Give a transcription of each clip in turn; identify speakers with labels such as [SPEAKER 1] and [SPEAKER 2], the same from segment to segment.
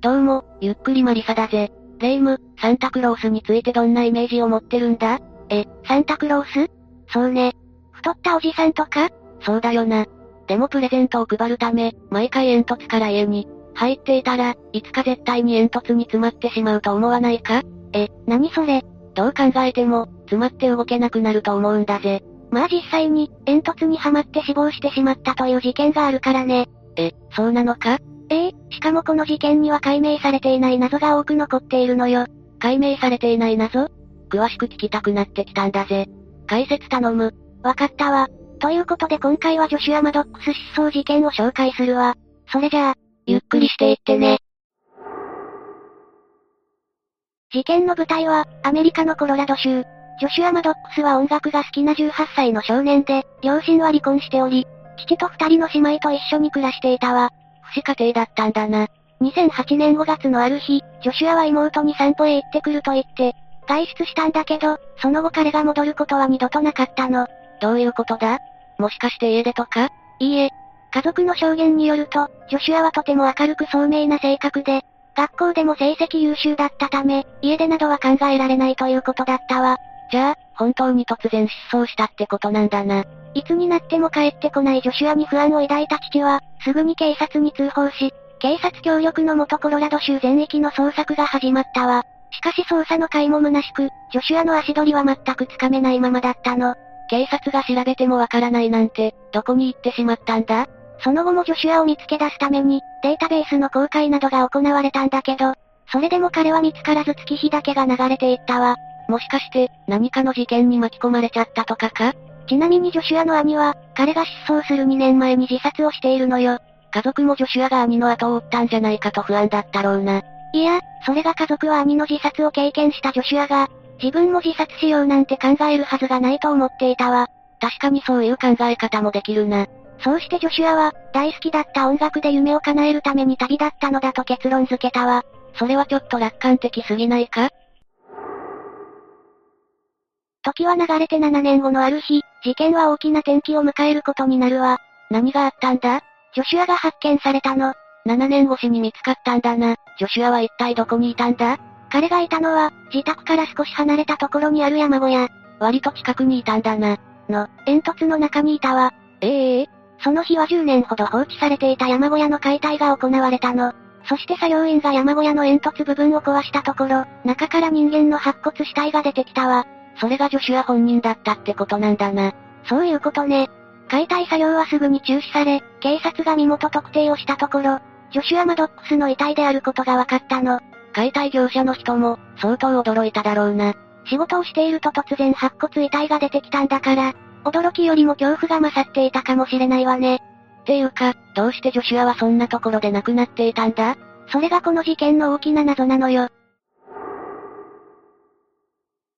[SPEAKER 1] どうも、ゆっくりマリサだぜ。レ夢ム、サンタクロースについてどんなイメージを持ってるんだえ、サンタクロースそうね。太ったおじさんとかそうだよな。でもプレゼントを配るため、毎回煙突から家に入っていたら、いつか絶対に煙突に詰まってしまうと思わないかえ、何それどう考えても、詰まって動けなくなると思うんだぜ。まあ実際に、煙突にはまって死亡してしまったという事件があるからね。え、そうなのかええしかもこの事件には解明されていない謎が多く残っているのよ。解明されていない謎詳しく聞きたくなってきたんだぜ。解説頼む。わかったわ。ということで今回はジョシュア・マドックス失踪事件を紹介するわ。それじゃあ、ゆっくりしていってね。事件の舞台は、アメリカのコロラド州。ジョシュア・マドックスは音楽が好きな18歳の少年で、両親は離婚しており、父と二人の姉妹と一緒に暮らしていたわ。不死家庭だったんだな。2008年5月のある日、ジョシュアは妹に散歩へ行ってくると言って、外出したんだけど、その後彼が戻ることは二度となかったの。どういうことだもしかして家出とかいいえ。家族の証言によると、ジョシュアはとても明るく聡明な性格で、学校でも成績優秀だったため、家出などは考えられないということだったわ。じゃあ、本当に突然失踪したってことなんだな。いつになっても帰ってこないジョシュアに不安を抱いた父は、すぐに警察に通報し、警察協力のもとコロラド州全域の捜索が始まったわ。しかし捜査の甲斐も虚しく、ジョシュアの足取りは全くつかめないままだったの。警察が調べてもわからないなんて、どこに行ってしまったんだその後もジョシュアを見つけ出すために、データベースの公開などが行われたんだけど、それでも彼は見つからず月日だけが流れていったわ。もしかして、何かの事件に巻き込まれちゃったとかかちなみにジョシュアの兄は、彼が失踪する2年前に自殺をしているのよ。家族もジョシュアが兄の後を追ったんじゃないかと不安だったろうな。いや、それが家族は兄の自殺を経験したジョシュアが、自分も自殺しようなんて考えるはずがないと思っていたわ。確かにそういう考え方もできるな。そうしてジョシュアは、大好きだった音楽で夢を叶えるために旅立ったのだと結論付けたわ。それはちょっと楽観的すぎないか時は流れて7年後のある日、事件は大きな転機を迎えることになるわ。何があったんだジョシュアが発見されたの。7年越しに見つかったんだな。ジョシュアは一体どこにいたんだ彼がいたのは、自宅から少し離れたところにある山小屋。割と近くにいたんだな。の、煙突の中にいたわ。ええその日は10年ほど放置されていた山小屋の解体が行われたの。そして作業員が山小屋の煙突部分を壊したところ、中から人間の白骨死体が出てきたわ。それがジョシュア本人だったってことなんだな。そういうことね。解体作業はすぐに中止され、警察が身元特定をしたところ、ジョシュア・マドックスの遺体であることが分かったの。解体業者の人も、相当驚いただろうな。仕事をしていると突然白骨遺体が出てきたんだから、驚きよりも恐怖が勝っていたかもしれないわね。っていうか、どうしてジョシュアはそんなところで亡くなっていたんだそれがこの事件の大きな謎なのよ。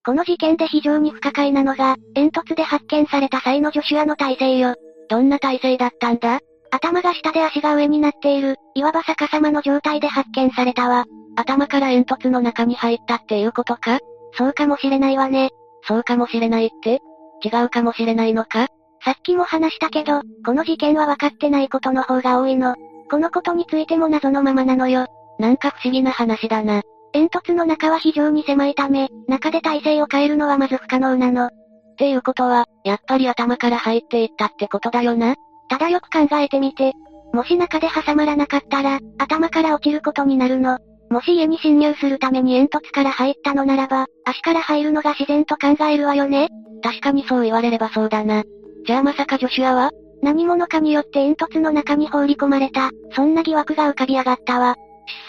[SPEAKER 1] この事件で非常に不可解なのが、煙突で発見された際のジョシュアの体勢よ。どんな体勢だったんだ頭が下で足が上になっている、いわば逆さまの状態で発見されたわ。頭から煙突の中に入ったっていうことかそうかもしれないわね。そうかもしれないって違うかもしれないのかさっきも話したけど、この事件は分かってないことの方が多いの。このことについても謎のままなのよ。なんか不思議な話だな。煙突の中は非常に狭いため、中で体勢を変えるのはまず不可能なの。っていうことは、やっぱり頭から入っていったってことだよな。ただよく考えてみて。もし中で挟まらなかったら、頭から落ちることになるの。もし家に侵入するために煙突から入ったのならば、足から入るのが自然と考えるわよね。確かにそう言われればそうだな。じゃあまさかジョシュアは何者かによって煙突の中に放り込まれた、そんな疑惑が浮かび上がったわ。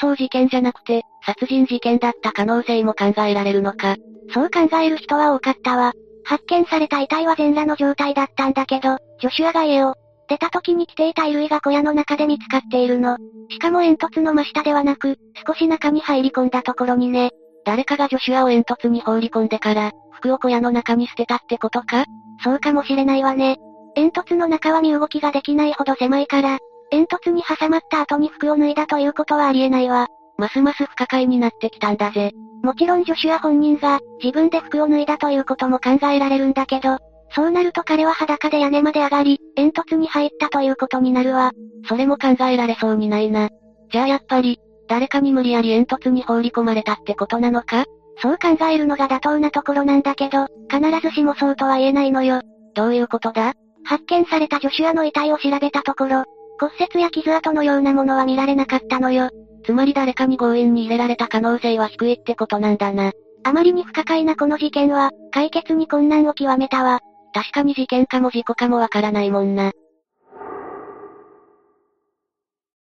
[SPEAKER 1] 失踪事件じゃなくて、殺人事件だった可能性も考えられるのか。そう考える人は多かったわ。発見された遺体は全裸の状態だったんだけど、ジョシュアが家を出た時に着ていた衣類が小屋の中で見つかっているの。しかも煙突の真下ではなく、少し中に入り込んだところにね。誰かがジョシュアを煙突に放り込んでから、服を小屋の中に捨てたってことかそうかもしれないわね。煙突の中は身動きができないほど狭いから、煙突に挟まった後に服を脱いだということはありえないわ。ますます不可解になってきたんだぜ。もちろんジョシュア本人が、自分で服を脱いだということも考えられるんだけど、そうなると彼は裸で屋根まで上がり、煙突に入ったということになるわ。それも考えられそうにないな。じゃあやっぱり、誰かに無理やり煙突に放り込まれたってことなのかそう考えるのが妥当なところなんだけど、必ずしもそうとは言えないのよ。どういうことだ発見されたジョシュアの遺体を調べたところ、骨折や傷跡のようなものは見られなかったのよ。つまり誰かに強引に入れられた可能性は低いってことなんだな。あまりに不可解なこの事件は、解決に困難を極めたわ。確かに事件かも事故かもわからないもんな。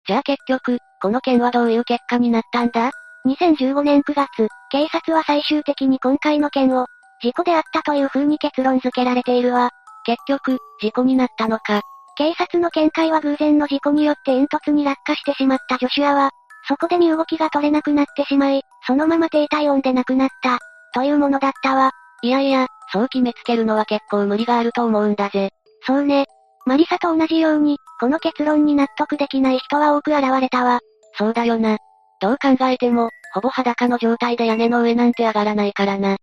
[SPEAKER 1] じゃあ結局、この件はどういう結果になったんだ ?2015 年9月、警察は最終的に今回の件を、事故であったという風に結論付けられているわ。結局、事故になったのか。警察の見解は偶然の事故によって煙突に落下してしまったジョシュアは、そこで身動きが取れなくなってしまい、そのまま低体温で亡くなった、というものだったわ。いやいや、そう決めつけるのは結構無理があると思うんだぜ。そうね。マリサと同じように、この結論に納得できない人は多く現れたわ。そうだよな。どう考えても、ほぼ裸の状態で屋根の上なんて上がらないからな。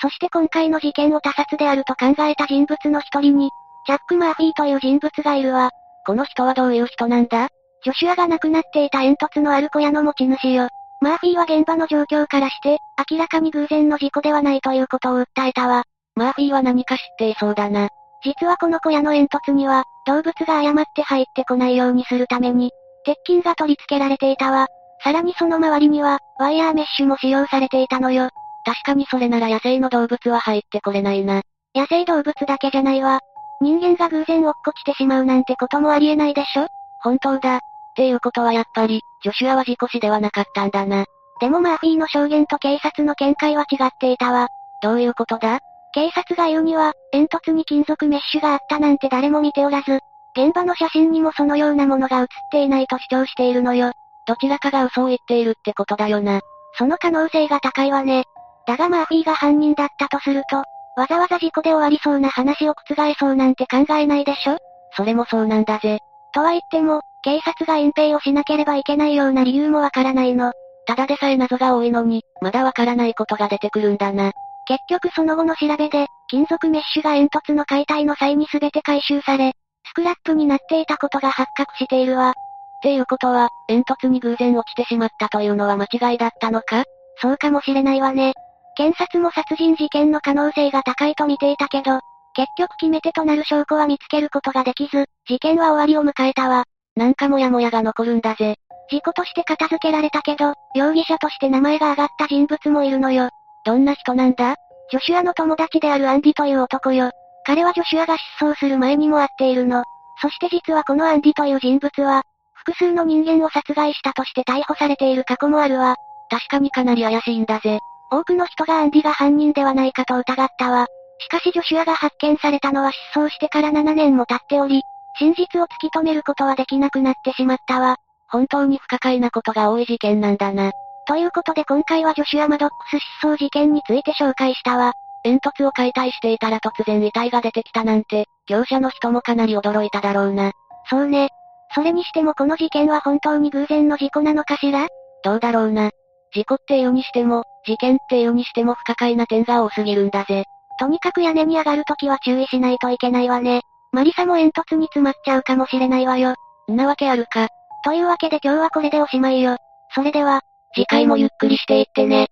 [SPEAKER 1] そして今回の事件を他殺であると考えた人物の一人に、ジャック・マーフィーという人物がいるわ。この人はどういう人なんだジョシュアが亡くなっていた煙突のある小屋の持ち主よ。マーフィーは現場の状況からして、明らかに偶然の事故ではないということを訴えたわ。マーフィーは何か知っていそうだな。実はこの小屋の煙突には、動物が誤って入ってこないようにするために、鉄筋が取り付けられていたわ。さらにその周りには、ワイヤーメッシュも使用されていたのよ。確かにそれなら野生の動物は入ってこれないな。野生動物だけじゃないわ。人間が偶然落っこちてしまうなんてこともありえないでしょ本当だ。っていうことはやっぱり、ジョシュアは事故死ではなかったんだな。でもマーフィーの証言と警察の見解は違っていたわ。どういうことだ警察が言うには、煙突に金属メッシュがあったなんて誰も見ておらず、現場の写真にもそのようなものが写っていないと主張しているのよ。どちらかが嘘を言っているってことだよな。その可能性が高いわね。だがマーフィーが犯人だったとすると、わざわざ事故で終わりそうな話を覆そうなんて考えないでしょそれもそうなんだぜ。とは言っても、警察が隠蔽をしなければいけないような理由もわからないの。ただでさえ謎が多いのに、まだわからないことが出てくるんだな。結局その後の調べで、金属メッシュが煙突の解体の際に全て回収され、スクラップになっていたことが発覚しているわ。っていうことは、煙突に偶然落ちてしまったというのは間違いだったのかそうかもしれないわね。検察も殺人事件の可能性が高いと見ていたけど、結局決め手となる証拠は見つけることができず、事件は終わりを迎えたわ。なんかモヤモヤが残るんだぜ。事故として片付けられたけど、容疑者として名前が挙がった人物もいるのよ。どんな人なんだジョシュアの友達であるアンディという男よ。彼はジョシュアが失踪する前にも会っているの。そして実はこのアンディという人物は、複数の人間を殺害したとして逮捕されている過去もあるわ。確かにかなり怪しいんだぜ。多くの人がアンディが犯人ではないかと疑ったわ。しかしジョシュアが発見されたのは失踪してから7年も経っており、真実を突き止めることはできなくなってしまったわ。本当に不可解なことが多い事件なんだな。ということで今回はジョシュア・マドックス失踪事件について紹介したわ。煙突を解体していたら突然遺体が出てきたなんて、業者の人もかなり驚いただろうな。そうね。それにしてもこの事件は本当に偶然の事故なのかしらどうだろうな。事故っていうにしても、事件っていうにしても不可解な点が多すぎるんだぜ。とにかく屋根に上がるときは注意しないといけないわね。マリサも煙突に詰まっちゃうかもしれないわよ。んなわけあるか。というわけで今日はこれでおしまいよ。それでは、次回もゆっくりしていってね。